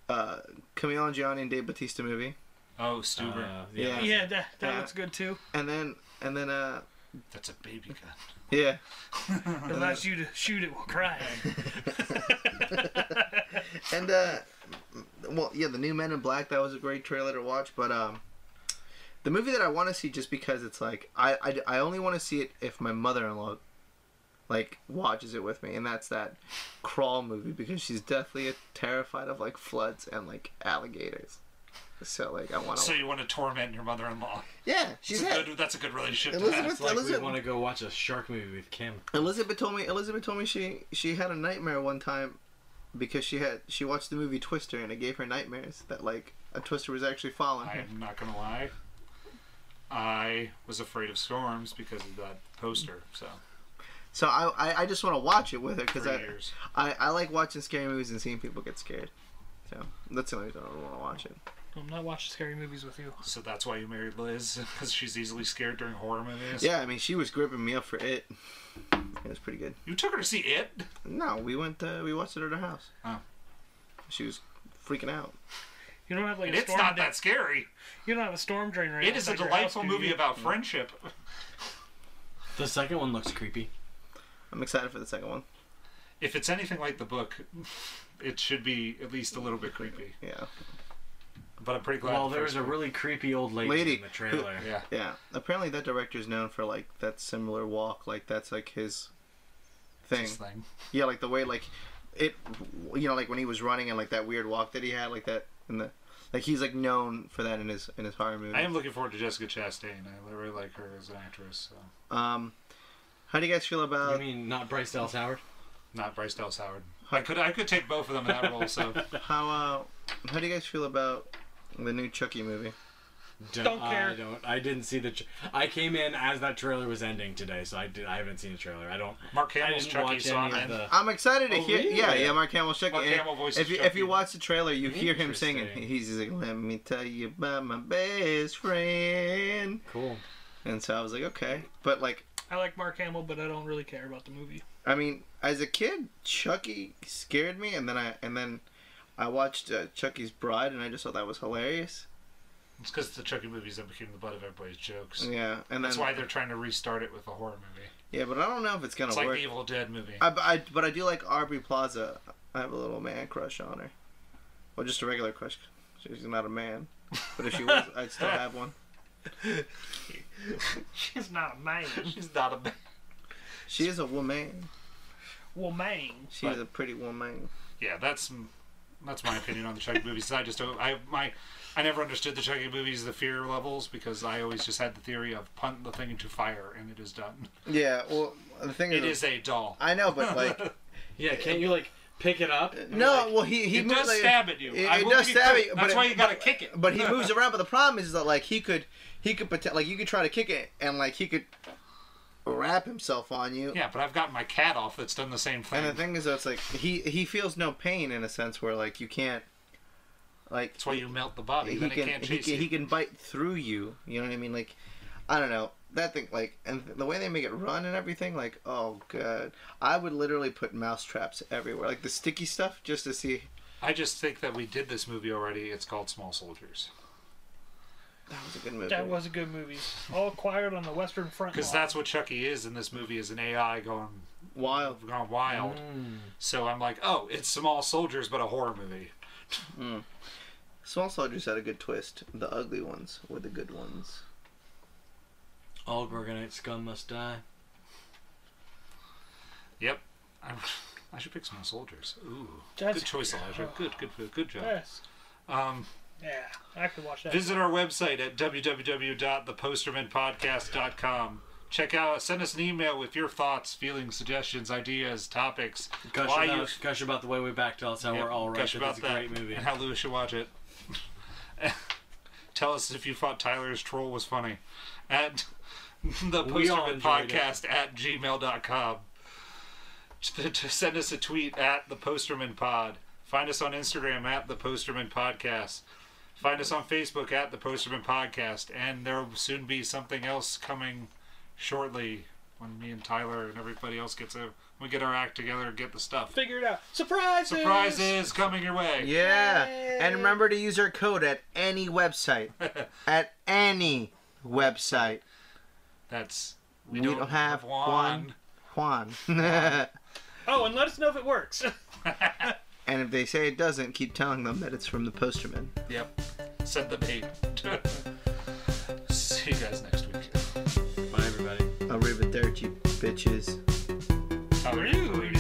uh, Camille and Gianni and Dave Batista movie, Oh, Stuber. Uh, Yeah. Yeah, that, that Yeah. looks good too. and then and then uh, That's a baby gun. yeah, Uh-huh. It allows you to shoot it while crying. and uh, well, yeah, the new Men in Black that was a great trailer to watch, but um. The movie that I want to see just because it's like I, I, I only want to see it if my mother-in-law like watches it with me and that's that crawl movie because she's deathly terrified of like floods and like alligators. So like I want to So you want to torment your mother-in-law? Oh. Yeah, she's That's a had good, that's a good relationship. To have. Elizabeth It's like we Elizabeth want to go watch a shark movie with Kim. Elizabeth told me Elizabeth told me she she had a nightmare one time because she had she watched the movie Twister and it gave her nightmares that like a twister was actually following her. I'm not gonna lie. I was afraid of storms because of that poster. So So I I, I just want to watch it with her because three I, years. I I like watching scary movies and seeing people get scared. So that's the only reason I want to watch it. I'm not watching scary movies with you. So that's why you married Liz because she's easily scared during horror movies. Yeah, I mean she was gripping me up for it. It was pretty good. You took her to see it. No, we went. Uh, we watched it at her house. Oh. She was freaking out. You don't have like And a it's storm not drain- that scary. You don't have a storm drain right It is a outside your house, delightful do movie you? about friendship. The second one looks creepy. I'm excited for the second one. If it's anything like the book, it should be at least a little bit creepy. Yeah, But I'm pretty glad. Well, the there first was a one- really creepy old lady, Lady. in the trailer. yeah. yeah. Apparently that director's known for like that similar walk. Like that's like his thing. this thing. Yeah, like the way like it, you know, like when he was running and like that weird walk that he had, like that in the, like he's like known for that in his in his horror movies. I am looking forward to Jessica Chastain. I really like her as an actress. So. Um, how do you guys feel I about mean, not Bryce Dallas Howard. Not Bryce Dallas Howard. I could I could take both of them in that role. So how uh, how do you guys feel about the new Chucky movie? Don't care. I don't. I didn't see the. Tra- I came in as that trailer was ending today, so I did. I haven't seen the trailer. I don't. Mark I Hamill's didn't Chucky. watch So I'm any of in. the. I'm excited to Oh, hear. really? Yeah, yeah, Mark Hamill Chucky. Uh, Mark And Hamill voices if you, if Chucky. you watch the trailer, you hear him singing. Interesting. He's just like, "Let me tell you about my best friend." Cool. And so I was like, "Okay," but like I like Mark Hamill, but I don't really care about the movie. I mean, as a kid, Chucky scared me, and then I and then I watched uh, Chucky's Bride, and I just thought that was hilarious. It's because the Chucky movies that became the butt of everybody's jokes. Yeah, and That's then, why they're trying to restart it with a horror movie. Yeah, but I don't know if it's gonna It's like work. the Evil Dead movie. I, but I but I do like Aubrey Plaza. I have a little man crush on her. Well, just a regular crush. She's not a man, but if she was, I'd still have one. She's not man. She's not a. She is a woman. well, man. She is a pretty woman. Yeah, that's that's my opinion on the Chucky movies. I just I my I never understood the Chucky movies, the fear levels, because I always just had the theory of punt the thing into fire and it is done. Yeah. Well, the thing It is a doll. I know, but like, Yeah, can't you like pick it up? no. well, he he it moved does like- stab at you. It, I it will does give you stab credit. you. but That's it- why you gotta kick it. but he moves around. But the problem is that like he could he could pretend like you could try to kick it and like he could wrap himself on you. Yeah, but I've got my cat off that's done the same thing. And the thing is, though, it's like he he feels no pain in a sense where like you can't like that's why you melt the body, he then it can can't he chase can, he you. can bite through you. You know what I mean? Like I don't know that thing like and the way they make it run and everything like oh god I would literally put mouse traps everywhere like the sticky stuff just to see I just think that we did this movie already. It's called Small Soldiers. that was a good movie. That was a good movie. All Quiet on the Western Front. Because Law. that's what Chucky is in this movie is an AI going wild. gone wild. Mm. So I'm like, oh, it's Small Soldiers, but a horror movie. Small soldiers had a good twist. The ugly ones were the good ones. All organite scum must die. Yep. i I should pick Small Soldiers. Ooh, That's- good choice, Elijah. Good, good, good, good job. Yes. Um, Yeah, I could watch that. visit our website at www.thepostermanpodcast.com. Check out. Send us an email with your thoughts, feelings, suggestions, ideas, topics. Gush why about, you gush about the way we back to us how Yep, we're all right. gush that about it's a great movie. and how Lewis should watch it. Tell us if you thought Tyler's troll was funny. At the We all Posterman enjoyed it. Podcast at gmail.com. To, to send us a tweet at the Posterman Pod. Find us on Instagram at the Posterman Podcast. Find us on Facebook at the Posterman Podcast. And there will soon be something else coming shortly when me and Tyler and everybody else gets a we get our act together and get the stuff. Figure it out. Surprises! Surprises coming your way. Yeah. And remember to use our code at any website. at any website. That's we, don't have one. Juan. and Oh, and let us know if it works. if they say it doesn't, keep telling them that it's from the Posterman. Yep. Send them hate. See you guys next week. Bye, everybody. I'll rivet dirt, you bitches. Tyler, Rude.